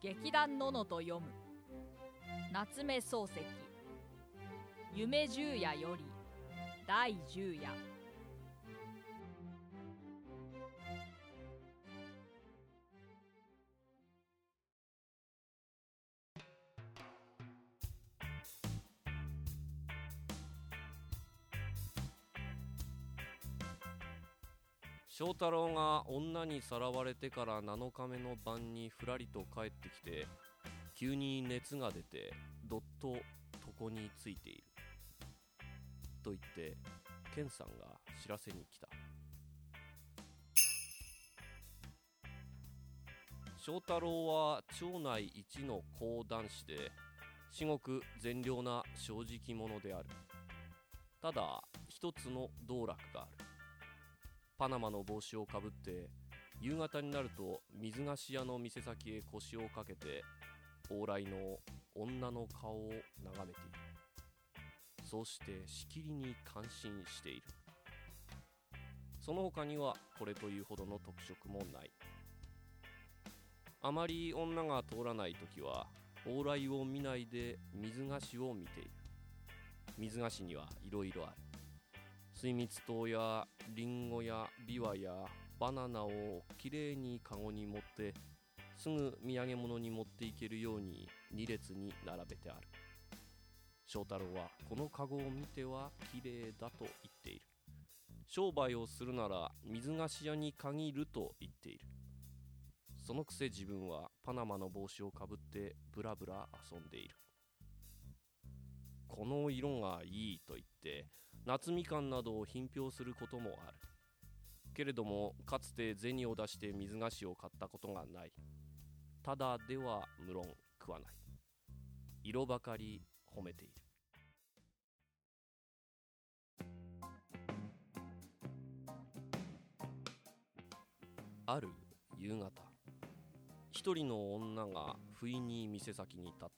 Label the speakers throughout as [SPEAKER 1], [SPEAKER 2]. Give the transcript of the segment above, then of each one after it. [SPEAKER 1] 劇団ののと読む夏目漱石夢十夜より第十夜
[SPEAKER 2] 翔太郎が女にさらわれてから7日目の晩にふらりと帰ってきて急に熱が出てどっと床についていると言って健さんが知らせに来た翔太郎は町内一の講談師で至極善良な正直者であるただ一つの道楽があるパナマの帽子をかぶって夕方になると水菓子屋の店先へ腰をかけて往来の女の顔を眺めているそうしてしきりに感心しているその他にはこれというほどの特色もないあまり女が通らない時は往来を見ないで水菓子を見ている水菓子にはいろいろある水蜜糖やリンゴやビワやバナナをきれいにカゴに持ってすぐ土産物に持っていけるように2列に並べてある翔太郎はこのカゴを見てはきれいだと言っている商売をするなら水菓子屋に限ると言っているそのくせ自分はパナマの帽子をかぶってブラブラ遊んでいるこの色がいいと言って夏みかんなどを品評することもあるけれどもかつて銭を出して水菓子を買ったことがないただでは無論食わない色ばかり褒めているある夕方一人の女が不意に店先に立っ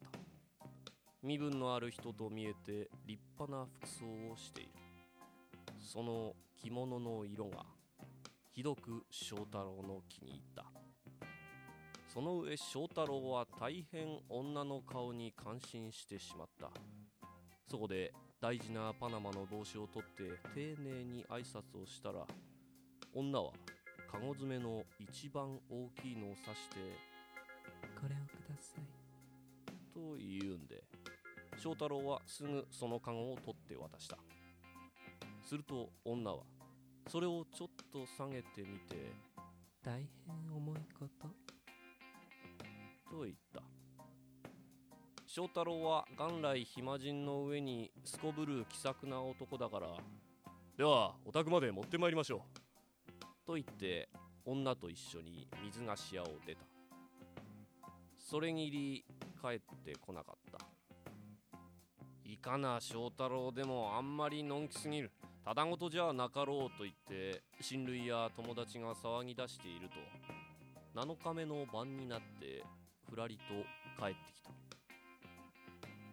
[SPEAKER 2] た身分のある人と見えて立派な服装をしているその着物の色がひどく翔太郎の気に入ったその上翔太郎は大変女の顔に感心してしまったそこで大事なパナマの帽子を取って丁寧に挨拶をしたら女はカゴ詰めの一番大きいのを指して
[SPEAKER 3] 「これをください」
[SPEAKER 2] と言うんで翔太郎はすぐそのカゴを取って渡したすると女はそれをちょっと下げてみて
[SPEAKER 3] 「大変重いこと」
[SPEAKER 2] と言った翔太郎は元来暇人の上にすこぶる気さくな男だから「ではお宅まで持ってまいりましょう」と言って女と一緒に水菓子屋を出たそれぎり帰ってこなかったいかな翔太郎でもあんまりのんきすぎるただごとじゃなかろうと言って親類や友達が騒ぎ出していると7日目の晩になってふらりと帰ってきた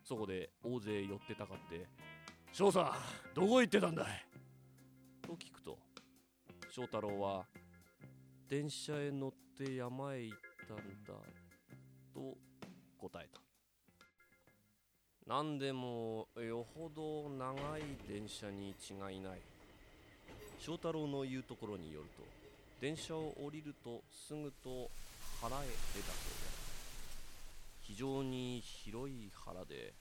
[SPEAKER 2] そこで大勢寄ってたかって「翔さんどこ行ってたんだい?」と聞くと翔太郎は「電車へ乗って山へ行ったんだ」と答えた何でもよほど長い電車に違いない翔太郎の言うところによると電車を降りるとすぐと腹へ出たそうで非常に広い腹で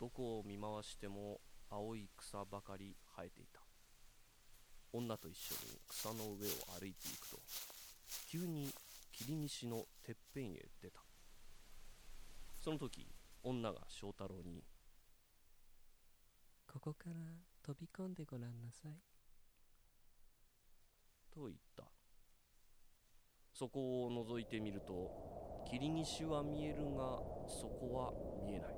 [SPEAKER 2] どこを見回しても青い草ばかり生えていた女と一緒に草の上を歩いていくと急に霧西のてっぺんへ出たその時女が翔太郎に
[SPEAKER 3] 「ここから飛び込んでごらんなさい」
[SPEAKER 2] と言ったそこを覗いてみると霧岸は見えるがそこは見えない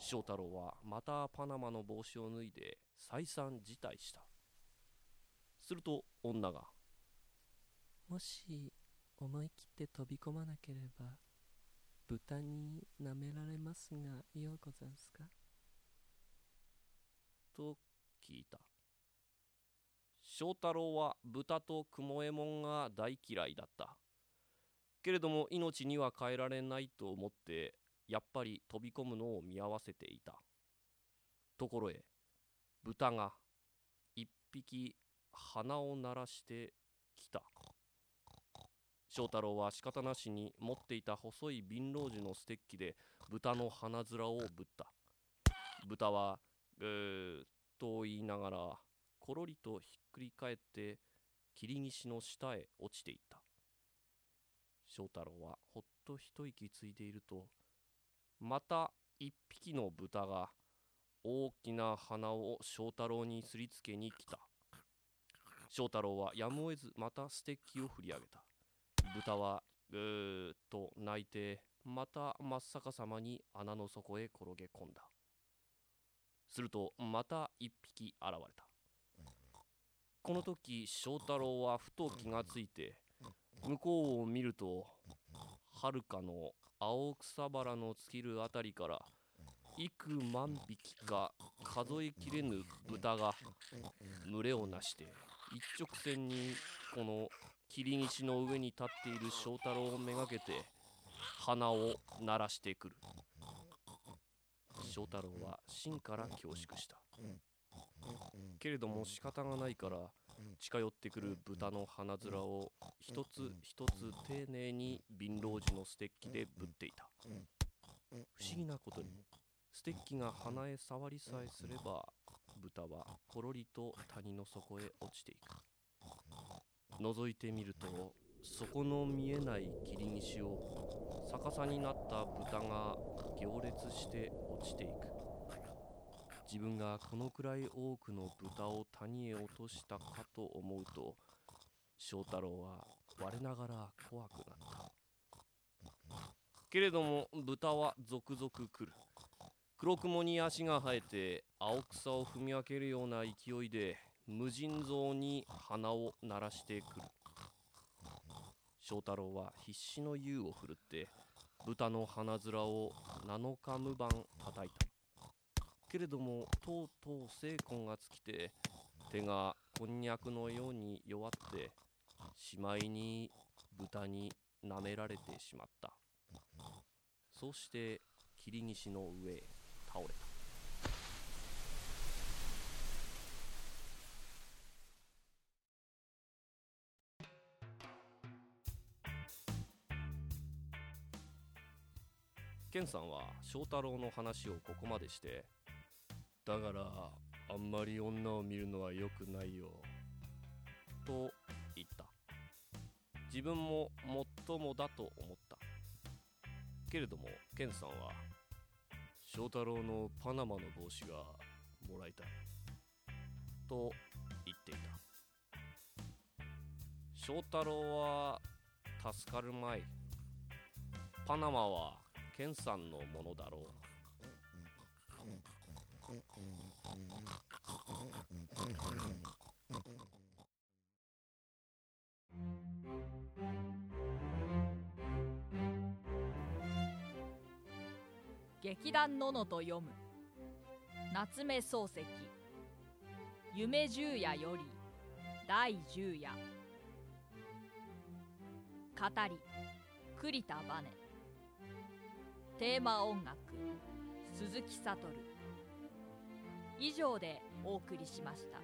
[SPEAKER 2] 翔太郎はまたパナマの帽子を脱いで再三辞退したすると女が
[SPEAKER 3] 「もし思い切って飛び込まなければ」豚に舐められますがようござんすか
[SPEAKER 2] と聞いた翔太郎は豚と雲右衛門が大嫌いだったけれども命には変えられないと思ってやっぱり飛び込むのを見合わせていたところへ豚が一匹鼻を鳴らしてきた翔太郎は仕方なしに持っていた細い瓶ロージュのステッキで豚の鼻面をぶった豚は「ぐー」と言いながらころりとひっくり返って霧岸の下へ落ちていった翔太郎はほっと一息ついているとまた一匹の豚が大きな鼻を翔太郎にすりつけに来た翔太郎はやむを得ずまたステッキを振り上げた豚はぐーっと泣いてまた真っ逆さまに穴の底へ転げ込んだするとまた一匹現れたこの時翔太郎はふと気がついて向こうを見るとはるかの青草原の尽きるあたりから幾万匹か数えきれぬ豚が群れをなして一直線にこの霧岸の上に立っている翔太郎をめがけて鼻を鳴らしてくる翔太郎は芯から恐縮したけれども仕方がないから近寄ってくる豚の鼻面を一つ一つ丁寧に瓶老ジのステッキでぶっていた不思議なことにステッキが鼻へ触りさえすれば豚はころりと谷の底へ落ちていく覗いてみると底の見えない霧岸を逆さになった豚が行列して落ちていく自分がこのくらい多くの豚を谷へ落としたかと思うと翔太郎は我ながら怖くなったけれども豚は続々来る黒雲に足が生えて青草を踏み分けるような勢いで無尽蔵に鼻を鳴らしてくる翔太郎は必死の湯を振るって豚の鼻面を7日無番叩いたけれどもとうとう精魂が尽きて手がこんにゃくのように弱ってしまいに豚に舐められてしまったそうして霧岸の上へ倒れたケンさんは翔太郎の話をここまでしてだからあんまり女を見るのは良くないよと言った自分ももっともだと思ったけれどもケンさんは翔太郎のパナマの帽子がもらいたいと言っていた翔太郎は助かるまいパナマはケンさんのものだろう
[SPEAKER 1] 劇団ののと読む夏目漱石夢十夜より第十夜語り栗田バネテーマ音楽鈴木悟以上でお送りしました。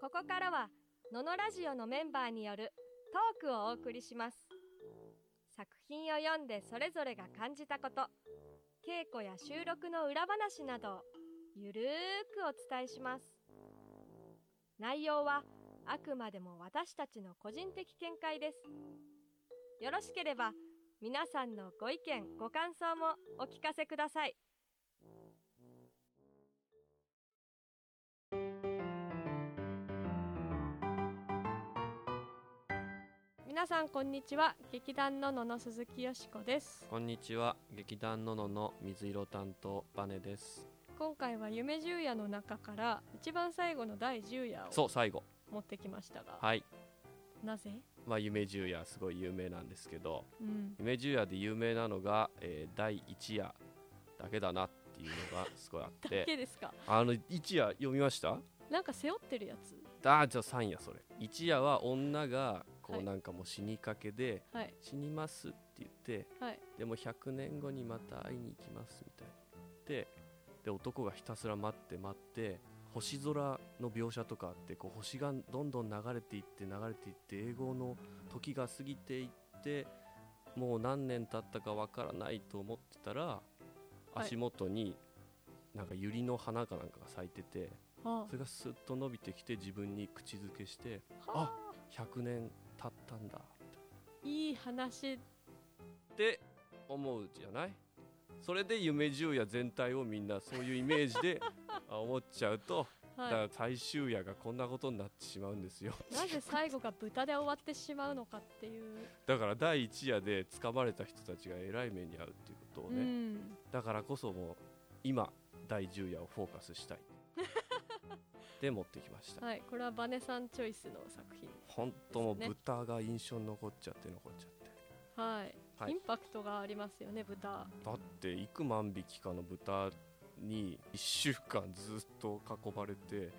[SPEAKER 4] ここからはののラジオのメンバーによるトークをお送りします作品を読んでそれぞれが感じたこと稽古や収録の裏話などをゆるーくお伝えします内容はあくまでも私たちの個人的見解ですよろしければ皆さんのご意見ご感想もお聞かせください皆さんこんにちは劇団ののの鈴木よしこです
[SPEAKER 2] こんにちは劇団ののの水色担当バネです
[SPEAKER 4] 今回は夢十夜の中から一番最後の第十夜
[SPEAKER 2] そ
[SPEAKER 4] を
[SPEAKER 2] う最後
[SPEAKER 4] 持ってきましたが、
[SPEAKER 2] はい
[SPEAKER 4] なぜ、
[SPEAKER 2] まあ夢十夜すごい有名なんですけど
[SPEAKER 4] うん、
[SPEAKER 2] 夢十夜で有名なのが、えー第一夜だけだなっていうのがすごいあっ
[SPEAKER 4] だ
[SPEAKER 2] て
[SPEAKER 4] けですか
[SPEAKER 2] あの一夜読みました
[SPEAKER 4] なんか背負ってるやつ
[SPEAKER 2] ああじゃあ3やそれ1夜は女がこ
[SPEAKER 5] は
[SPEAKER 2] う
[SPEAKER 5] い
[SPEAKER 2] なんかもう死にかけで、
[SPEAKER 5] はい
[SPEAKER 2] 死にますって言って
[SPEAKER 5] はい
[SPEAKER 2] でも100年後にまた会いに行きますみたいなでで男がひたすら待って待って星空の描写とかあってこう星がどんどん流れていって流れていって英語の時が過ぎていってもう何年経ったかわからないと思ってたら
[SPEAKER 5] い
[SPEAKER 2] 足元になんか百合の花かなんかが咲いてて
[SPEAKER 5] は
[SPEAKER 2] それがスッと伸びてきて自分に口づけして
[SPEAKER 5] あ
[SPEAKER 2] あ100年経ったんだ
[SPEAKER 5] いい話
[SPEAKER 2] って思うじゃないそれで夢十夜全体をみんなそういうイメージ であ思っちゃうと、だか
[SPEAKER 5] は
[SPEAKER 2] ら最終夜がこんなことになってしまうんですよ
[SPEAKER 5] いなぜ最後が豚で終わってしまうのかっていう、
[SPEAKER 2] だから第一夜で掴まれた人たちがえらい目に遭うっていうことを
[SPEAKER 5] う
[SPEAKER 2] ね、
[SPEAKER 5] ん
[SPEAKER 2] だからこそもう今第十夜をフォーカス したいで持ってきました、
[SPEAKER 5] はいこれはバネさんチョイスの作品
[SPEAKER 2] 本当もう
[SPEAKER 5] ね
[SPEAKER 2] 豚が印象に残っちゃって残っちゃって
[SPEAKER 5] はい、
[SPEAKER 2] はい
[SPEAKER 5] インパクトがありますよね豚
[SPEAKER 2] だって幾万匹かの豚に1週間ずっと囲まれて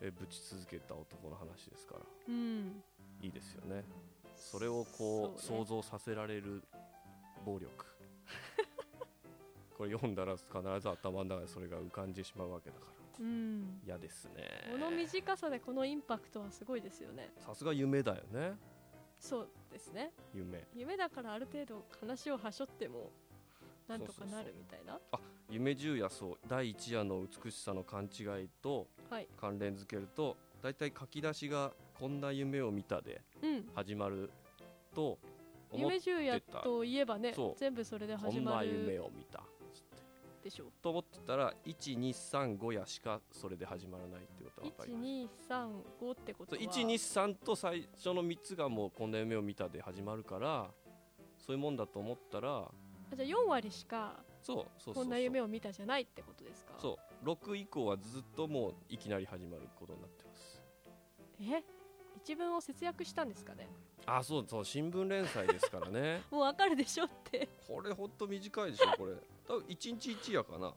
[SPEAKER 2] えぶち続けた男の話ですから
[SPEAKER 5] うん
[SPEAKER 2] いいですよねそれをこう
[SPEAKER 5] そうね
[SPEAKER 2] 想像させられる暴力 これ読んだら必ず頭の中でそれが浮かんでしまうわけだから
[SPEAKER 5] うん
[SPEAKER 2] 嫌です
[SPEAKER 5] この
[SPEAKER 2] ね
[SPEAKER 5] 短さでこのインパクトはすごいですよね
[SPEAKER 2] さすが夢だよね
[SPEAKER 5] そうですね
[SPEAKER 2] 夢
[SPEAKER 5] 夢だからある程度話をはしょってもなんとかなるみたいな
[SPEAKER 2] 夢十夜そう第一夜の美しさの勘違いと
[SPEAKER 5] はい
[SPEAKER 2] 関連づけると大体書き出しが「こんな夢を見た」で
[SPEAKER 5] うん
[SPEAKER 2] 始まると思っ
[SPEAKER 5] 夢十夜といえばね
[SPEAKER 2] そう
[SPEAKER 5] 全部それで
[SPEAKER 2] こ
[SPEAKER 5] 始
[SPEAKER 2] ん
[SPEAKER 5] ま
[SPEAKER 2] な夢
[SPEAKER 5] る
[SPEAKER 2] を見たつって
[SPEAKER 5] でしょう
[SPEAKER 2] と思ってたら1235やしかそれで始まらないってことは分かります
[SPEAKER 5] 1235ってことは
[SPEAKER 2] 123と最初の3つがもう「こんな夢を見た」で始まるからそういうもんだと思ったら
[SPEAKER 5] あじゃあ4割しか
[SPEAKER 2] そうそうそうそう
[SPEAKER 5] こんな夢を見たじゃないってことですか
[SPEAKER 2] そう6以降はずっともういきなり始まることになってます
[SPEAKER 5] え一文を節約したんですかね
[SPEAKER 2] あそうそう新聞連載ですからね
[SPEAKER 5] もうわかるでしょって
[SPEAKER 2] これほんと短いでしょこれ多分1日1夜かな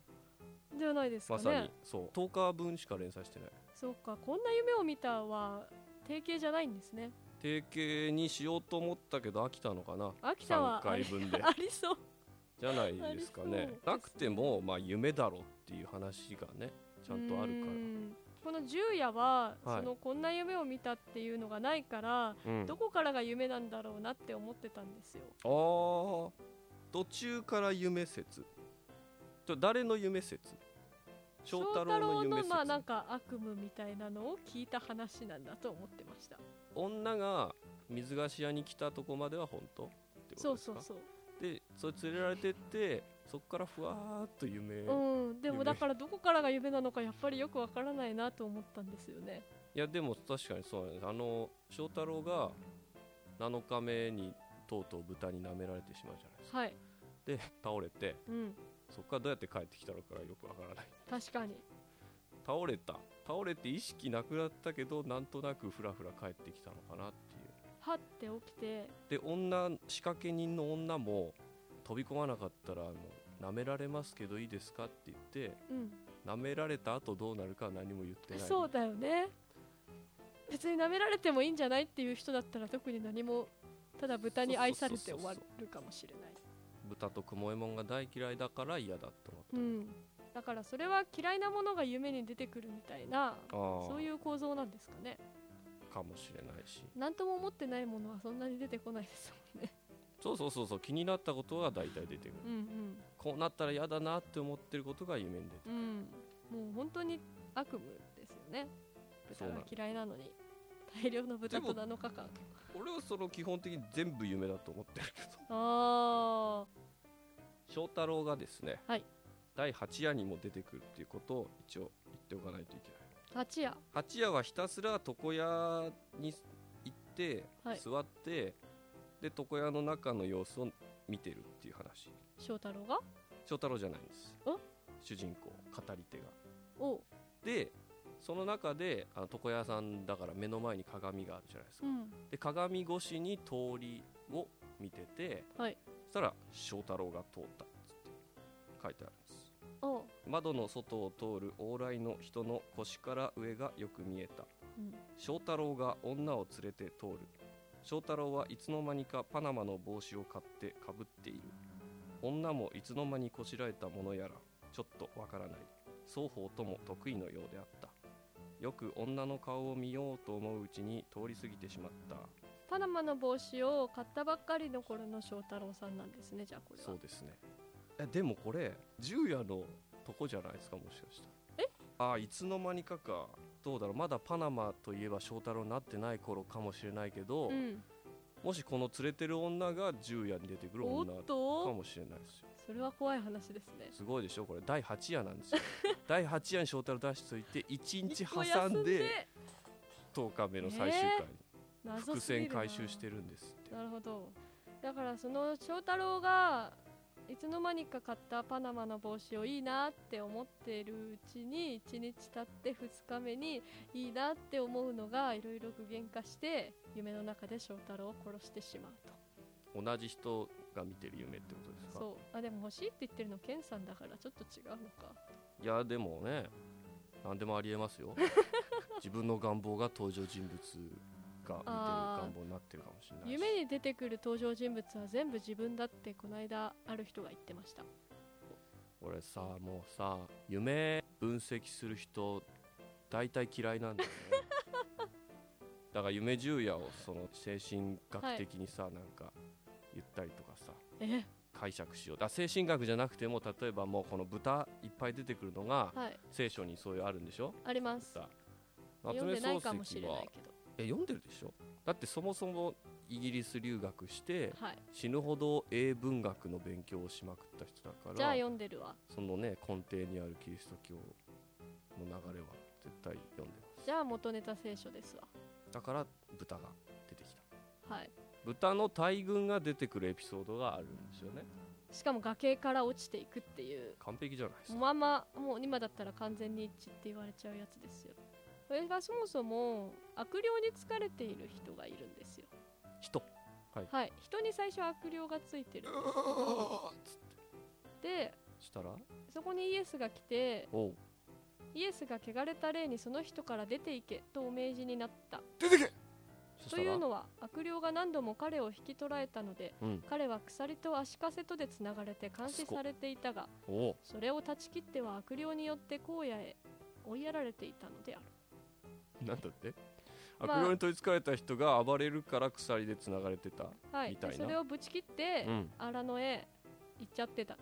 [SPEAKER 5] じゃないですか
[SPEAKER 2] ま
[SPEAKER 5] ね、
[SPEAKER 2] さにそう10日分しか連載してない
[SPEAKER 5] そうかこんな夢を見たは定型じゃないんですね
[SPEAKER 2] 定型にしようと思ったけど飽きたのかな
[SPEAKER 5] 飽きた
[SPEAKER 2] 3
[SPEAKER 5] はあ
[SPEAKER 2] 回
[SPEAKER 5] り
[SPEAKER 2] 分で
[SPEAKER 5] ありそう
[SPEAKER 2] じゃないですか
[SPEAKER 5] あり
[SPEAKER 2] ね
[SPEAKER 5] そう
[SPEAKER 2] なくてもまあ夢だろっていう話がねちゃんとあるか
[SPEAKER 5] うーんこの十夜は、
[SPEAKER 2] はい
[SPEAKER 5] そのこんな夢を見たっていうのがないから、
[SPEAKER 2] ら、うん、
[SPEAKER 5] どこからが夢なんだろうなって思ってたんですよ
[SPEAKER 2] あー途中から夢説ちょ誰の夢説翔太郎の夢
[SPEAKER 5] 翔
[SPEAKER 2] 説
[SPEAKER 5] まあなんか悪夢みたいなのを聞いた話なんだと思ってました
[SPEAKER 2] 女が水菓子屋に来たとこまでは本当ってこと
[SPEAKER 5] そう
[SPEAKER 2] です
[SPEAKER 5] そ
[SPEAKER 2] か
[SPEAKER 5] うそう
[SPEAKER 2] でそれ連れられてってそこからふわーっと夢、
[SPEAKER 5] うん、でも
[SPEAKER 2] 夢
[SPEAKER 5] だからどこからが夢なのかやっぱりよくわからないなと思ったんですよね。
[SPEAKER 2] いやでも確かにそうなんですあの翔太郎が7日目にとうとう豚に舐められてしまうじゃないですか
[SPEAKER 5] はい、
[SPEAKER 2] で倒れて
[SPEAKER 5] うん、
[SPEAKER 2] そこからどうやって帰ってきたのかがよくわからない
[SPEAKER 5] 確かに。
[SPEAKER 2] 倒れた倒れて意識なくなったけどなんとなくふらふら帰ってきたのかなっていう
[SPEAKER 5] はって起きて、
[SPEAKER 2] で女仕掛け人の女も飛び込まなかったらあの舐められますけどいいですかって言って
[SPEAKER 5] うん、
[SPEAKER 2] 舐められた後どうなるかは何も言ってない
[SPEAKER 5] そうだよね。別に舐められてもいいんじゃないっていう人だったら特に何もただ豚に愛されて終わるかもしれない。
[SPEAKER 2] 豚と雲右衛門が大嫌いだから嫌だと
[SPEAKER 5] うん、だからそれは嫌いなものが夢に出てくるみたいな
[SPEAKER 2] 思った
[SPEAKER 5] そういう構造なんですかね。
[SPEAKER 2] かもしれないし
[SPEAKER 5] なんとも思ってないものはそんなに出てこないですもんね。
[SPEAKER 2] そうそうそうそう気になったことが大体出てくる
[SPEAKER 5] うん
[SPEAKER 2] こうなったら嫌だなって思ってることが夢に出てく
[SPEAKER 5] う
[SPEAKER 2] る、
[SPEAKER 5] ん、もう本当に悪夢ですよね
[SPEAKER 2] そ
[SPEAKER 5] 豚
[SPEAKER 2] うな
[SPEAKER 5] が
[SPEAKER 2] の
[SPEAKER 5] 嫌いなのに大量の豚と
[SPEAKER 2] で
[SPEAKER 5] 7日間
[SPEAKER 2] 俺はその基本的に全部夢だと思ってるけど
[SPEAKER 5] あ
[SPEAKER 2] 翔太郎がですね、
[SPEAKER 5] はい
[SPEAKER 2] 第8夜にも出てくるっていうことを一応言っておかないといけない
[SPEAKER 5] あ八夜
[SPEAKER 2] 8夜はひたすら床屋に行って、
[SPEAKER 5] はい
[SPEAKER 2] 座ってで床屋の中の様子を見てるっていう話
[SPEAKER 5] 翔太郎が
[SPEAKER 2] 翔太郎じゃないんです
[SPEAKER 5] お
[SPEAKER 2] 主人公語り手が
[SPEAKER 5] おう、
[SPEAKER 2] でその中であの床屋さんだから目の前に鏡があるじゃないですか、
[SPEAKER 5] ん、
[SPEAKER 2] で鏡越しに通りを見てて、
[SPEAKER 5] はい
[SPEAKER 2] そしたら翔太郎が通ったっつって書いてあるんです
[SPEAKER 5] おう
[SPEAKER 2] 窓の外を通る往来の人の腰から上がよく見えた
[SPEAKER 5] うん
[SPEAKER 2] 翔太郎が女を連れて通る翔太郎はいつの間にかパナマの帽子を買ってかぶっている女もいつの間にこしらえたものやらちょっとわからない双方とも得意のようであったよく女の顔を見ようと思ううちに通り過ぎてしまった
[SPEAKER 5] パナマの帽子を買ったばっかりの頃の翔太郎さんなんですねじゃあこれは
[SPEAKER 2] そうですねえでもこれ銃夜のとこじゃないですかもしかしたら
[SPEAKER 5] え
[SPEAKER 2] ああいつの間にかかどうだろうまだパナマといえば翔太郎になってない頃かもしれないけど、
[SPEAKER 5] うん、
[SPEAKER 2] もしこの連れてる女が銃夜に出てくる
[SPEAKER 5] お
[SPEAKER 2] 女
[SPEAKER 5] っ
[SPEAKER 2] か
[SPEAKER 5] と
[SPEAKER 2] もしれないですよ
[SPEAKER 5] それは怖い話ですね
[SPEAKER 2] すごいでしょこれ第8夜なん ですよ第8夜に翔太郎出しといて1日
[SPEAKER 5] 一個休
[SPEAKER 2] 挟んで10日目の最終回に
[SPEAKER 5] 謎
[SPEAKER 2] 伏
[SPEAKER 5] すぎ
[SPEAKER 2] 線
[SPEAKER 5] るな
[SPEAKER 2] 回収してるんですって
[SPEAKER 5] なるほどだからその翔太郎がいつの間にか買ったパナマの帽子をいいなって思ってるうちに1日経って2日目にいいなって思うのがいろいろ具現化して夢の中で翔太郎を殺してしまう
[SPEAKER 2] 同じ人が見てる夢ってことです
[SPEAKER 5] と
[SPEAKER 2] か
[SPEAKER 5] そうあでも欲しいって言ってるのケンさんだからちょっと違うのか
[SPEAKER 2] いやでもね何でもありえます よ自分の願望が登場人物が見てる願望になってるかもしれないし
[SPEAKER 5] 夢に出てくる登場人物は全部自分だってこの間ある人が言ってました
[SPEAKER 2] 俺さもうさ夢分析する人大体嫌いなん だよねだから夢十夜をその精神学的にさ、なんか言ったりとかさ
[SPEAKER 5] え
[SPEAKER 2] 解釈しようだから精神学じゃなくても例えばもうこの豚いっぱい出てくるのが
[SPEAKER 5] はい
[SPEAKER 2] 聖書にそういうあるんでしょ
[SPEAKER 5] あります
[SPEAKER 2] 豚
[SPEAKER 5] 読んでないかもし
[SPEAKER 2] 漱
[SPEAKER 5] れ
[SPEAKER 2] 石
[SPEAKER 5] な
[SPEAKER 2] はい
[SPEAKER 5] けど
[SPEAKER 2] え読んでるでしょだってそもそもイギリス留学して
[SPEAKER 5] はい
[SPEAKER 2] 死ぬほど英文学の勉強をしまくった人だから
[SPEAKER 5] じゃあ読んでるわ
[SPEAKER 2] そのね根底にあるキリスト教の流れは絶対読んでます
[SPEAKER 5] じゃあ元ネタ聖書ですわ
[SPEAKER 2] だから豚が出てきた
[SPEAKER 5] はい
[SPEAKER 2] 豚の大群が出てくるエピソードがあるんですよね
[SPEAKER 5] しかも崖から落ちていくっていう
[SPEAKER 2] 完璧じゃないですか
[SPEAKER 5] まんまもう今だったら完全に一致って言われちゃうやつですよこれがそもそも悪霊に疲れている人がいるんですよ
[SPEAKER 2] 人
[SPEAKER 5] はい人に最初悪霊がついてるんですで
[SPEAKER 2] したら
[SPEAKER 5] そこにイエスが来て
[SPEAKER 2] おう
[SPEAKER 5] イエスが汚れた霊にその人から出ていけとお命じになった
[SPEAKER 2] そした
[SPEAKER 5] と
[SPEAKER 2] ら
[SPEAKER 5] いうのは悪霊が何度も彼を引き捕らえたので
[SPEAKER 2] うん
[SPEAKER 5] 彼は鎖と足かせとでつながれて監視されていたが
[SPEAKER 2] おう
[SPEAKER 5] それを断ち切っては悪霊によって荒野へ追いやられていたのである
[SPEAKER 2] なんだって悪
[SPEAKER 5] まあ
[SPEAKER 2] 霊に取りつかれた人が暴れるから鎖でつながれてた、
[SPEAKER 5] はい
[SPEAKER 2] みたい
[SPEAKER 5] で
[SPEAKER 2] な
[SPEAKER 5] それをぶち切って
[SPEAKER 2] うん
[SPEAKER 5] 荒野へ行っちゃってたん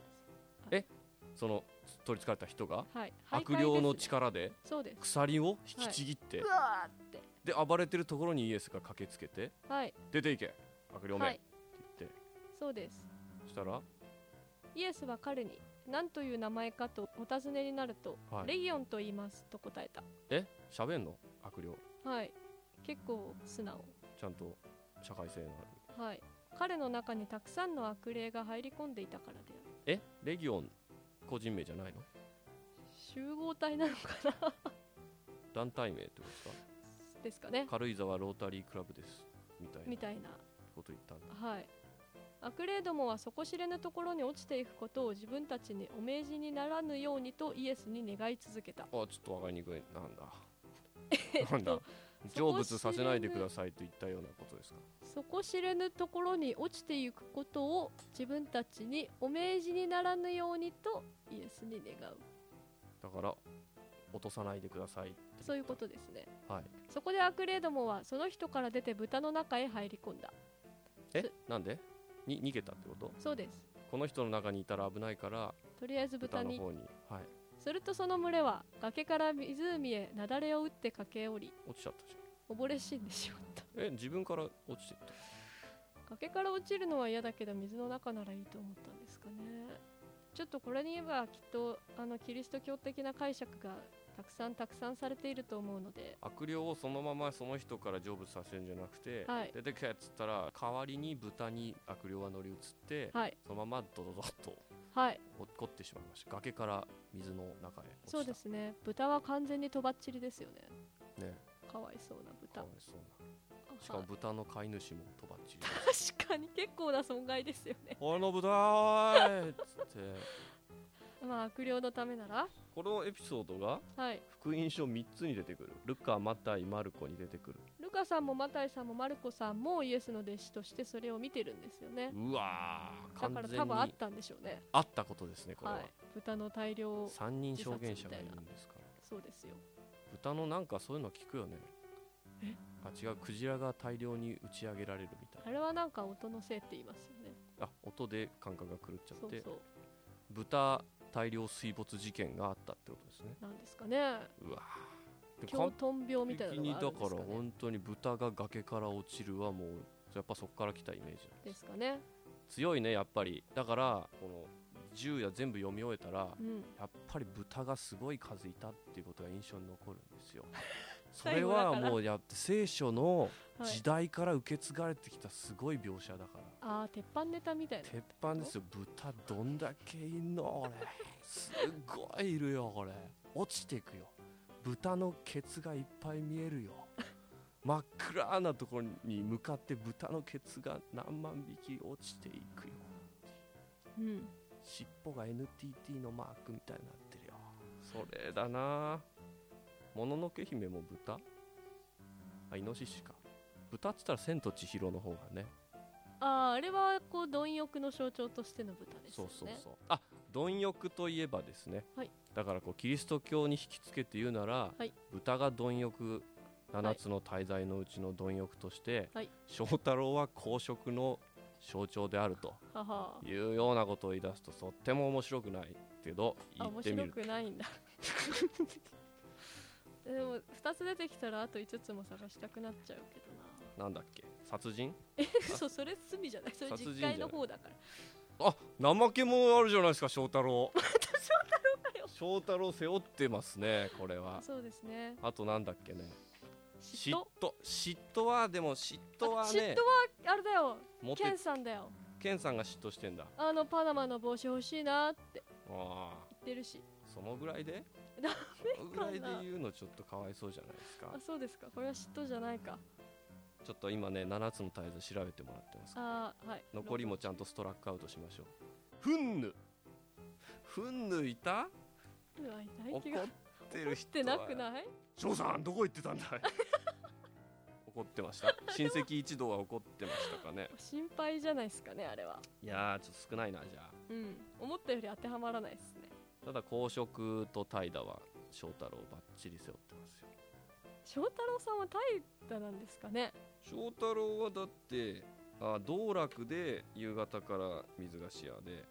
[SPEAKER 5] です
[SPEAKER 2] その取りつかれた人が
[SPEAKER 5] はい
[SPEAKER 2] 悪
[SPEAKER 5] 徘徊です
[SPEAKER 2] 霊
[SPEAKER 5] ね
[SPEAKER 2] の力で
[SPEAKER 5] そうです
[SPEAKER 2] 鎖を引きちぎって、
[SPEAKER 5] わーって
[SPEAKER 2] で暴れてるところにイエスが駆けつけて
[SPEAKER 5] はい
[SPEAKER 2] 「出ていけ悪霊め」
[SPEAKER 5] はい
[SPEAKER 2] って言って
[SPEAKER 5] そうです
[SPEAKER 2] そしたら
[SPEAKER 5] イエスは彼に何という名前かとお尋ねになると、
[SPEAKER 2] はい
[SPEAKER 5] レギオンと言いますと答えた
[SPEAKER 2] 「え喋んの悪霊
[SPEAKER 5] はい結構素直
[SPEAKER 2] ちゃんと社会性のある
[SPEAKER 5] はい彼の中にたくさんの悪霊が入り込んでいたからである」
[SPEAKER 2] えレギオン個人名じゃないの
[SPEAKER 5] 集合体なのかな
[SPEAKER 2] 団体名ってことですか
[SPEAKER 5] ですかね
[SPEAKER 2] 軽井沢ロータリークラブですみたい
[SPEAKER 5] み
[SPEAKER 2] な
[SPEAKER 5] たいな
[SPEAKER 2] こと言ったんだ
[SPEAKER 5] はい悪霊どもは底知れぬところに落ちていくことを自分たちにお命じにならぬようにとイエスに願い続けた
[SPEAKER 2] あちょっとわかりにくいなんだ
[SPEAKER 5] えっと
[SPEAKER 2] なんだ成
[SPEAKER 5] そ
[SPEAKER 2] 仏
[SPEAKER 5] こ
[SPEAKER 2] させないでくださいと言ったようなことですか
[SPEAKER 5] 底知れぬところに落ちていくことを自分たちにお命じにならぬようにとイエスに願う
[SPEAKER 2] だから落とさないでくださいって言った
[SPEAKER 5] そういうことですね
[SPEAKER 2] はい
[SPEAKER 5] そこで悪霊どもはその人から出て豚の中へ入り込んだ
[SPEAKER 2] えなんでに逃げたってこと
[SPEAKER 5] そうです
[SPEAKER 2] この人の中にいたら危ないから
[SPEAKER 5] とりあえず
[SPEAKER 2] 豚
[SPEAKER 5] 豚
[SPEAKER 2] の
[SPEAKER 5] に
[SPEAKER 2] 方に、はい、
[SPEAKER 5] するとその群れは崖から湖へ雪崩を打って駆け下り
[SPEAKER 2] 落ちちゃったじ
[SPEAKER 5] 溺れ死んでしまった
[SPEAKER 2] ゃんえ自分から落ちてった
[SPEAKER 5] 崖から落ちるのは嫌だけど水の中ならいいと思ったんですかねちょっとこれに言えばきっとあのキリスト教的な解釈がたくさんたくさんされていると思うので
[SPEAKER 2] 悪霊をそのままその人から成仏させるんじゃなくて、
[SPEAKER 5] はい
[SPEAKER 2] 出てけっつったら代わりに豚に悪霊が乗り移って、
[SPEAKER 5] はい
[SPEAKER 2] そのままドドドッと
[SPEAKER 5] はい
[SPEAKER 2] 落っこってしまいました崖から水の中へ落ちた
[SPEAKER 5] そうですね豚は完全にとばっちりですよね
[SPEAKER 2] ね
[SPEAKER 5] かわいそうな
[SPEAKER 2] か
[SPEAKER 5] 豚
[SPEAKER 2] わいそうなしか
[SPEAKER 5] は
[SPEAKER 2] も豚の飼い主もとばっちり
[SPEAKER 5] い確かに結構な損害ですよね
[SPEAKER 2] 俺の豚おーいっつって
[SPEAKER 5] まあ悪霊のためなら
[SPEAKER 2] このエピソードが
[SPEAKER 5] はい
[SPEAKER 2] 福音書3つに出てくるルカマタイマルコに出てくる
[SPEAKER 5] ルカさんもマタイさんもマルコさんもイエスの弟子としてそれを見てるんですよね
[SPEAKER 2] うわー
[SPEAKER 5] だ
[SPEAKER 2] 完
[SPEAKER 5] から
[SPEAKER 2] 全
[SPEAKER 5] 多分あっ
[SPEAKER 2] に
[SPEAKER 5] たんでしょうね
[SPEAKER 2] あったことですねこれ
[SPEAKER 5] は
[SPEAKER 2] はい
[SPEAKER 5] 豚の大量
[SPEAKER 2] 3人証言者がいるんですから
[SPEAKER 5] そうですよ
[SPEAKER 2] 豚のなんかそういうの聞くよねあ違うクジラが大量に打ち上げられるみたい
[SPEAKER 5] あれはなんか音のせいって言いますよね
[SPEAKER 2] なあ音で感覚が狂っちゃ
[SPEAKER 5] そ
[SPEAKER 2] っ
[SPEAKER 5] う
[SPEAKER 2] て
[SPEAKER 5] そう
[SPEAKER 2] 豚大量水没事件があったってことですね
[SPEAKER 5] なんですかね
[SPEAKER 2] うわーで
[SPEAKER 5] 京トン病みたい
[SPEAKER 2] 完
[SPEAKER 5] な
[SPEAKER 2] 璧に
[SPEAKER 5] のが
[SPEAKER 2] だ
[SPEAKER 5] あ
[SPEAKER 2] から
[SPEAKER 5] るんですかね
[SPEAKER 2] 本当に豚が崖から落ちるはもうやっぱそこから来たイメージなん
[SPEAKER 5] で
[SPEAKER 2] です
[SPEAKER 5] すかね
[SPEAKER 2] 強いねやっぱりだからこの10や全部読み終えたら
[SPEAKER 5] うん
[SPEAKER 2] やっぱり豚がすごい数いたっていうことが印象に残るんですよそ
[SPEAKER 5] 最
[SPEAKER 2] れ
[SPEAKER 5] 後だから
[SPEAKER 2] はもうやっぱ聖書の
[SPEAKER 5] はい
[SPEAKER 2] 時代から受け継がれてきたすごい描写だから、
[SPEAKER 5] ああ鉄板ネタみたいな
[SPEAKER 2] 鉄板ですよ豚どんだけいんの俺すごいいるよこれ落ちていくよ豚のケツがいっぱい見え るよ真っ暗なところに向かって豚のケツが何万匹落ちていくよ
[SPEAKER 5] うん
[SPEAKER 2] 尻尾が NTT のマークみたいになってるよそれだなもののけ姫も豚あイノシシか豚っつったら千と千尋の方がね
[SPEAKER 5] あああれはこう貪欲の象徴としての豚です
[SPEAKER 2] そ
[SPEAKER 5] よ
[SPEAKER 2] う
[SPEAKER 5] ね
[SPEAKER 2] そうそうあ貪欲といえばですね、
[SPEAKER 5] はい
[SPEAKER 2] だからこうキリスト教に引きつけて言うなら、
[SPEAKER 5] はい
[SPEAKER 2] 豚が貪欲7つの大罪のうちの貪欲として、
[SPEAKER 5] はい
[SPEAKER 2] 翔太郎は公職の象徴であると
[SPEAKER 5] はは
[SPEAKER 2] いうようなことを言い出すととっても面白くないけど
[SPEAKER 5] あ
[SPEAKER 2] 言
[SPEAKER 5] 面
[SPEAKER 2] ってみ
[SPEAKER 5] 白
[SPEAKER 2] る
[SPEAKER 5] くないんだ でも2つ出てきたらあと5つも探したくなっちゃうけどな
[SPEAKER 2] なんだっけ殺人
[SPEAKER 5] えそうそれ罪じゃないそれ
[SPEAKER 2] 殺人
[SPEAKER 5] 実
[SPEAKER 2] じゃない
[SPEAKER 5] 会の方だから
[SPEAKER 2] あ怠け者あるじゃないですか翔太 郎翔太郎背負ってますねこれは
[SPEAKER 5] そうですね
[SPEAKER 2] あとなんだっけね
[SPEAKER 5] 嫉
[SPEAKER 2] 嫉
[SPEAKER 5] 妬
[SPEAKER 2] 妬嫉妬はでも嫉
[SPEAKER 5] あ
[SPEAKER 2] 妬は
[SPEAKER 5] 嫉
[SPEAKER 2] ね
[SPEAKER 5] 妬はあれだよ
[SPEAKER 2] モ
[SPEAKER 5] ケ
[SPEAKER 2] テ
[SPEAKER 5] ンさんだよ
[SPEAKER 2] ケンさんが嫉妬してんだ
[SPEAKER 5] あのパナマの帽子欲しいなって
[SPEAKER 2] ああ
[SPEAKER 5] 言ってるし
[SPEAKER 2] そのぐらいで
[SPEAKER 5] ダ
[SPEAKER 2] そのぐらいで言うのちょっとかわいそうじゃないですか
[SPEAKER 5] あそうですかこれは嫉妬じゃないか
[SPEAKER 2] ちょっと今ね7つの大罪調べてもらってます
[SPEAKER 5] あーはい
[SPEAKER 2] 残りもちゃんとストラックアウトしましょうふんぬふんぬいた
[SPEAKER 5] うわいない
[SPEAKER 2] 怒っ
[SPEAKER 5] 気が
[SPEAKER 2] てる
[SPEAKER 5] っ
[SPEAKER 2] 人
[SPEAKER 5] て
[SPEAKER 2] は
[SPEAKER 5] なくない
[SPEAKER 2] ジョーさんどこ行って たんだい怒ってました親戚一同は怒ってましたかね
[SPEAKER 5] 心配じゃないですかねあれはい
[SPEAKER 2] やーちょっと少ないなじゃあ
[SPEAKER 5] うん思ったより当てはまらないですね
[SPEAKER 2] ただ公職と怠惰は翔太郎ばっちり背負ってますよ
[SPEAKER 5] 翔太郎さんは怠惰なんですかね
[SPEAKER 2] 翔太郎はだってあ道楽で夕方から水菓子屋で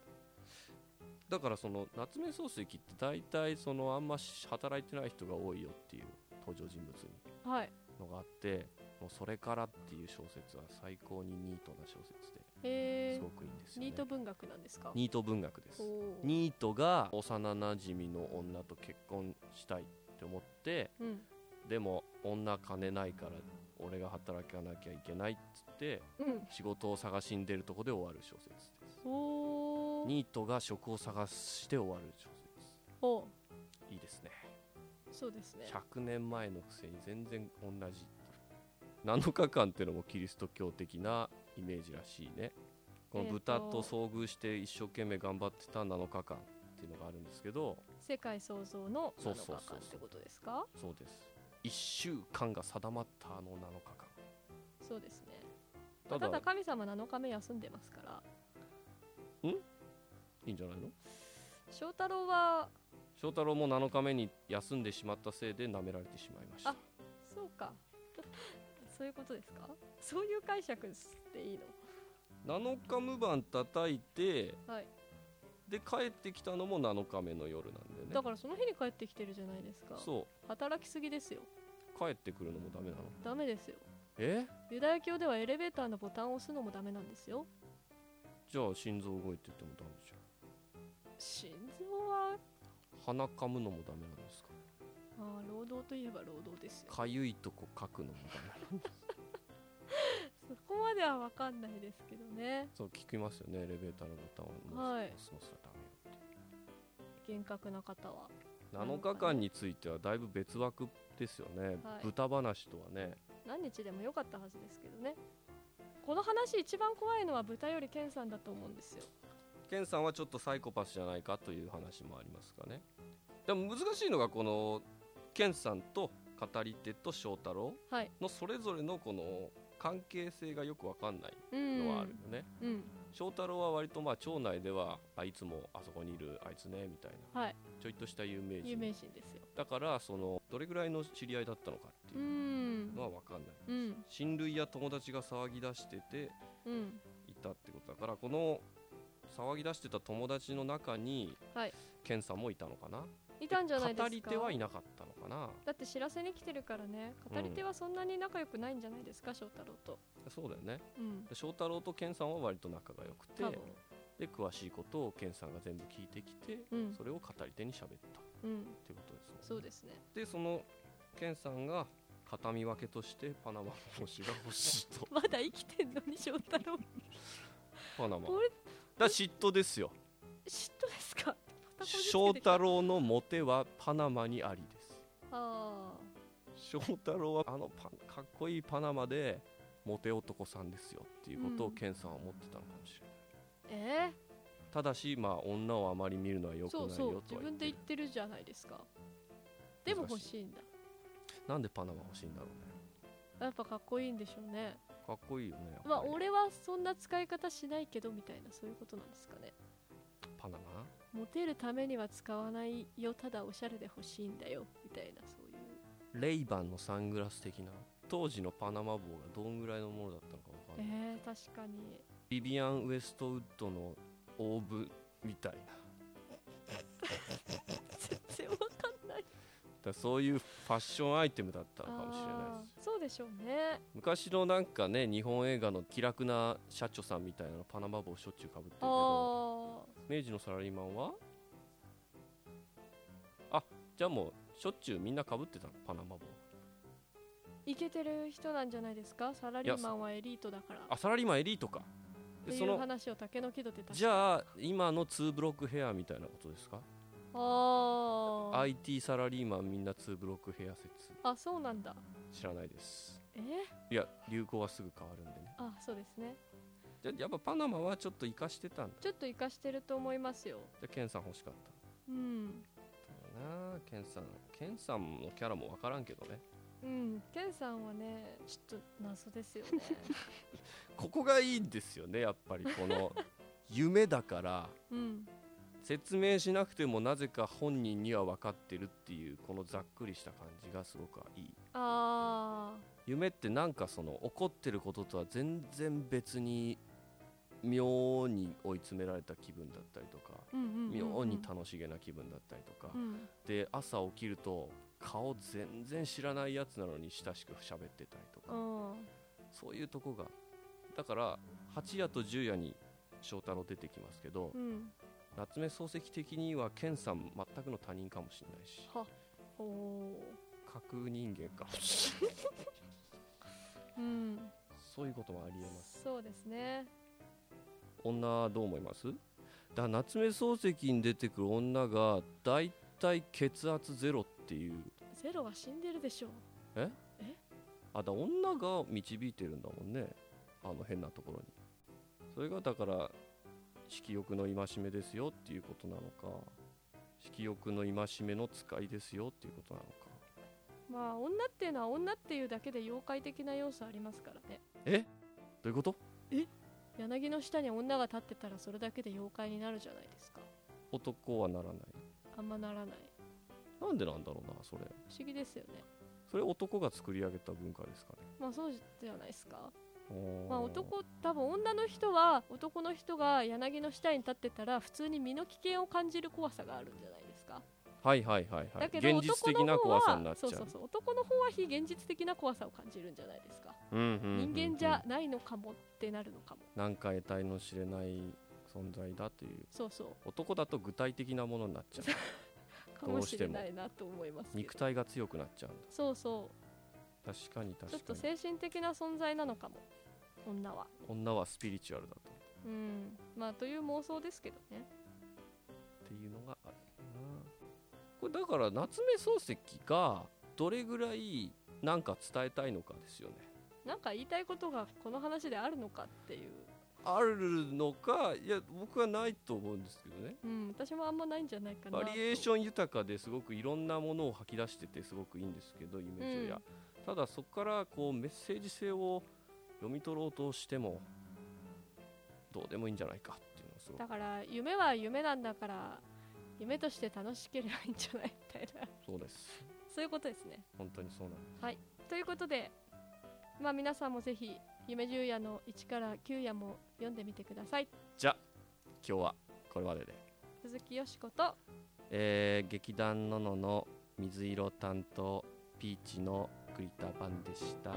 [SPEAKER 2] だからその夏目漱石って大体そのあんまし働いてない人が多いよっていう登場人物に
[SPEAKER 5] はい
[SPEAKER 2] のがあってもうそれからっていう小説は最高にニートな小説で
[SPEAKER 5] え
[SPEAKER 2] す
[SPEAKER 5] ー
[SPEAKER 2] ごくいいんですよね
[SPEAKER 5] ニート文学なんですか
[SPEAKER 2] ニート文学です
[SPEAKER 5] おー
[SPEAKER 2] ニートが幼なじみの女と結婚したいって思って
[SPEAKER 5] うん
[SPEAKER 2] でも女金ないから俺が働かなきゃいけないっつって
[SPEAKER 5] うん
[SPEAKER 2] 仕事を探しに出るとこで終わる小説です
[SPEAKER 5] おー
[SPEAKER 2] ニートが職を探して終わる小説
[SPEAKER 5] お
[SPEAKER 2] いいですね
[SPEAKER 5] そうですね
[SPEAKER 2] 100年前のくせに全然同じ7日間ってのもキリスト教的なイメージらしいねこの
[SPEAKER 5] えーと
[SPEAKER 2] 豚と遭遇して一生懸命頑張ってた7日間っていうのがあるんですけど
[SPEAKER 5] 世界創造の
[SPEAKER 2] そ
[SPEAKER 5] 7
[SPEAKER 2] うそうそう
[SPEAKER 5] 日間ってことですか
[SPEAKER 2] そうです1週間が定まったあの7日間
[SPEAKER 5] そうですね
[SPEAKER 2] た
[SPEAKER 5] た
[SPEAKER 2] だ
[SPEAKER 5] だ神様7日目休んでますから
[SPEAKER 2] いいんじゃないの
[SPEAKER 5] 翔太郎は
[SPEAKER 2] 翔太郎も7日目に休んでしまったせいで舐められてしまいました
[SPEAKER 5] あそうか そういうことですかそういう解釈でいいの
[SPEAKER 2] 7日無番叩いて
[SPEAKER 5] はい
[SPEAKER 2] で帰ってきたのも7日目の夜なんでね
[SPEAKER 5] だからその日に帰ってきてるじゃないですか
[SPEAKER 2] そ
[SPEAKER 5] 働きすぎですよ
[SPEAKER 2] う帰ってくるのもダメなの
[SPEAKER 5] ダメですよ
[SPEAKER 2] え
[SPEAKER 5] ユダヤ教ではエレベーターのボタンを押すのもダメなんですよ
[SPEAKER 2] じゃあ心臓動いててもダメじゃん
[SPEAKER 5] 心臓は
[SPEAKER 2] 鼻噛むのもダメなんですか
[SPEAKER 5] あー労働といえば労働ですよ
[SPEAKER 2] かゆいとこ書くのもダメ
[SPEAKER 5] そこまでは分かんないですけどね
[SPEAKER 2] そう聞きますよねエレベーターのボタンを
[SPEAKER 5] は
[SPEAKER 2] 押
[SPEAKER 5] い
[SPEAKER 2] すのすらダメよ
[SPEAKER 5] 厳格な方は
[SPEAKER 2] 7日間についてはだいぶ別枠ですよね、
[SPEAKER 5] はい
[SPEAKER 2] 豚話とはね
[SPEAKER 5] 何日でも良かったはずですけどねこの話一番怖いのは豚よりケンさんだと思うんですよ
[SPEAKER 2] ケンさんはちょっとサイコパスじゃないかという話もありますかねでも難しいのがこの健さんと語り手と翔太郎
[SPEAKER 5] はい
[SPEAKER 2] のそれぞれのこの関係性がよくわかんない
[SPEAKER 5] うん
[SPEAKER 2] のはあるよね、
[SPEAKER 5] うん
[SPEAKER 2] 翔太郎は割とまあ町内ではあいつもあそこにいるあいつねみたいな、
[SPEAKER 5] はい
[SPEAKER 2] ちょいとした有名人
[SPEAKER 5] 有名人ですよ
[SPEAKER 2] だからそのどれぐらいの知り合いだったのかって
[SPEAKER 5] う
[SPEAKER 2] いうんのは分かんない、
[SPEAKER 5] うん
[SPEAKER 2] 親類や友達が騒ぎ出してて
[SPEAKER 5] うん
[SPEAKER 2] いたってことだからこの騒ぎ出してた友達の中に、
[SPEAKER 5] はい
[SPEAKER 2] 健さんもいたのかない
[SPEAKER 5] たんじゃないですか
[SPEAKER 2] 語り手はいなかったのかな
[SPEAKER 5] だって知らせに来てるからね語り手はそんなに仲良くないんじゃないですか、翔太郎と
[SPEAKER 2] そうだよね
[SPEAKER 5] うん
[SPEAKER 2] 翔太郎と健さんは割と仲が良くて
[SPEAKER 5] 多分
[SPEAKER 2] で詳しいことを健さんが全部聞いてきて
[SPEAKER 5] うん
[SPEAKER 2] それを語り手に喋ったっ
[SPEAKER 5] うん
[SPEAKER 2] てことですもんね
[SPEAKER 5] そうですね
[SPEAKER 2] でその健さんが片見分けとしてパナマの星が欲しい と
[SPEAKER 5] まだ生きてんのに翔太郎
[SPEAKER 2] パナマだか
[SPEAKER 5] 俺
[SPEAKER 2] ら嫉妬ですよ
[SPEAKER 5] 嫉妬ですかまたこじつけてきた
[SPEAKER 2] 翔太郎のモテはパナマにありで
[SPEAKER 5] ああ
[SPEAKER 2] す翔太郎はあのパンかっこいいパナマでモテ男さんですよっていうことを
[SPEAKER 5] うん
[SPEAKER 2] 健さんは思ってたのかもしれない、
[SPEAKER 5] え
[SPEAKER 2] ただしまあ女をあまり見るのは良
[SPEAKER 5] ー、
[SPEAKER 2] く
[SPEAKER 5] そう
[SPEAKER 2] ない
[SPEAKER 5] そう
[SPEAKER 2] よと
[SPEAKER 5] 自
[SPEAKER 2] は言っ
[SPEAKER 5] 分で
[SPEAKER 2] て
[SPEAKER 5] 言
[SPEAKER 2] る
[SPEAKER 5] ってるじゃないですかでも欲しいんだ
[SPEAKER 2] なんでパナマ欲しいんだろうね
[SPEAKER 5] やっぱかっこいいんでしょうね
[SPEAKER 2] かっこいいよねやっぱり
[SPEAKER 5] まあ俺はそんな使い方しないけどみたいなそういうことなんですかね
[SPEAKER 2] パナマ
[SPEAKER 5] モテるためには使わないよただおしゃれで欲しいんだよみたいなそういう
[SPEAKER 2] レイバンのサングラス的な当時のパナマ帽がどんぐらいのものだったのかわかんない、
[SPEAKER 5] えー、確かに
[SPEAKER 2] ビビアン・ウエストウッドのオーブみたいなだか
[SPEAKER 5] 全然わかんない
[SPEAKER 2] らそういうファッションアイテムだったのかもしれない
[SPEAKER 5] あ
[SPEAKER 2] です
[SPEAKER 5] ーそうでしょうね
[SPEAKER 2] 昔のなんかね日本映画の気楽な社長さんみたいなのパナマ帽しょっちゅうかぶってるけ
[SPEAKER 5] あ
[SPEAKER 2] ど
[SPEAKER 5] ー
[SPEAKER 2] 明治のサラリーマンはあじゃあもうしょっちゅうみんなかぶってたのパナマ帽
[SPEAKER 5] イケてる人なんじゃないですかサラリーマンはエリートだから
[SPEAKER 2] あサラリーマンエリートか
[SPEAKER 5] って
[SPEAKER 2] で
[SPEAKER 5] い
[SPEAKER 2] そうの
[SPEAKER 5] 話を竹の木戸で確か
[SPEAKER 2] じゃあ今の2ブロックヘアみたいなことですか
[SPEAKER 5] ああ
[SPEAKER 2] IT サラリーマンみんな2ブロックヘア説
[SPEAKER 5] あそうなんだ
[SPEAKER 2] 知らないです
[SPEAKER 5] えー、
[SPEAKER 2] いや流行はすぐ変わるんでね
[SPEAKER 5] あそうですね
[SPEAKER 2] じゃやっぱパナマはちょっと生かしてたんだ
[SPEAKER 5] ちょっと活かしてると思いますよ
[SPEAKER 2] じゃケンさん欲しかった
[SPEAKER 5] う
[SPEAKER 2] ん
[SPEAKER 5] ん
[SPEAKER 2] だろうなケンさんケンさんのキャラも分からんけどね
[SPEAKER 5] うんケンさんはねちょっと謎で すよね
[SPEAKER 2] ここがいいんですよねやっぱりこの夢だから
[SPEAKER 5] うん
[SPEAKER 2] 説明しなくてもなぜか本人には分かってるっていうこのざっくりした感じがすごくいい
[SPEAKER 5] あ
[SPEAKER 2] 夢ってなんかその怒ってることとは全然別に妙に追い詰められた気分だったりとか
[SPEAKER 5] ーうんうんうん、うん、
[SPEAKER 2] 妙に楽しげな気分だったりとか、
[SPEAKER 5] うん
[SPEAKER 2] で朝起きると顔全然知らないやつなのに親しく喋ってたりとか、
[SPEAKER 5] うん
[SPEAKER 2] そういうとこがだから八夜と十夜に翔太郎出てきますけど、
[SPEAKER 5] うん
[SPEAKER 2] 夏目漱石的には健さん全くの他人かもしれないし
[SPEAKER 5] はおお
[SPEAKER 2] 架空人間かもしれない
[SPEAKER 5] うん
[SPEAKER 2] そういうこともありえます
[SPEAKER 5] そうですね
[SPEAKER 2] 女はどう思いますだから夏目漱石に出てくる女が大体血圧ゼロっていう
[SPEAKER 5] ゼロは死んでるでしょう
[SPEAKER 2] あだ女が導いてるんだもんねあの変なところにそれがだから色欲の戒めですよっていうことなのか色欲の戒めの使いですよっていうことなのか
[SPEAKER 5] まあ女っていうのは女っていうだけで妖怪的な要素ありますからね
[SPEAKER 2] えどういうこと
[SPEAKER 5] 柳の下に女が立ってたらそれだけで妖怪になるじゃないですか
[SPEAKER 2] 男はならない
[SPEAKER 5] あんまならない
[SPEAKER 2] なんでなんだろうなそれ
[SPEAKER 5] 不思議ですよね
[SPEAKER 2] それ男が作り上げた文化ですかね
[SPEAKER 5] まあそうじゃないですか
[SPEAKER 2] おー
[SPEAKER 5] まあ男多分女の人は男の人が柳の下に立ってたら普通に身の危険を感じる怖さがあるんじゃないですか
[SPEAKER 2] はいはいはいはい
[SPEAKER 5] だけど
[SPEAKER 2] 現実
[SPEAKER 5] 男
[SPEAKER 2] 的な
[SPEAKER 5] の方
[SPEAKER 2] 怖さにな
[SPEAKER 5] は
[SPEAKER 2] っちゃ
[SPEAKER 5] そううそうそう男の方は非現実的な怖さを感じるんじゃないですか
[SPEAKER 2] うんうんうんうん
[SPEAKER 5] 人間じゃないのかもってなるのかも
[SPEAKER 2] なんか得体の知れない存在だという
[SPEAKER 5] そうそ
[SPEAKER 2] 男だと具体的なものになっちゃう
[SPEAKER 5] うか
[SPEAKER 2] どう
[SPEAKER 5] も
[SPEAKER 2] し
[SPEAKER 5] してれ
[SPEAKER 2] も
[SPEAKER 5] ないなと思いますけど
[SPEAKER 2] 肉体が強くなっちゃうんだ
[SPEAKER 5] そうそ
[SPEAKER 2] 確かに
[SPEAKER 5] うちょっ
[SPEAKER 2] 確
[SPEAKER 5] と
[SPEAKER 2] かに
[SPEAKER 5] 精神的な存在なのかも女は
[SPEAKER 2] 女はスピリチュアルだと
[SPEAKER 5] うんまあという妄想ですけどね
[SPEAKER 2] っていうのがあるなこれだから夏目漱石がどれぐらいなんか伝えたいのかですよね
[SPEAKER 5] なんか言いたいことがこの話であるのかっていう
[SPEAKER 2] あるのかいや僕はないと思うんですけどね
[SPEAKER 5] うん、私もあんまないんじゃないかな
[SPEAKER 2] バ
[SPEAKER 5] と。
[SPEAKER 2] リエーション豊かですごくいろんなものを吐き出しててすごくいいんですけどイメージや、ただそこからこうメッセージ性を読み取ろうとしてもどうでもいいんじゃないかっていうのをすごく
[SPEAKER 5] だから夢は夢なんだから夢として楽しければいいんじゃないみたいな
[SPEAKER 2] そうです
[SPEAKER 5] そういうことですね。
[SPEAKER 2] 本当にそうなんです
[SPEAKER 5] ということで、まあ、皆さんもぜひ夢十夜の1から9夜も読んでみてください。
[SPEAKER 2] じゃあ今日はこれまでで、
[SPEAKER 5] 鈴木よしこと
[SPEAKER 2] えー劇団ののの水色担当ピーチの栗田版でした。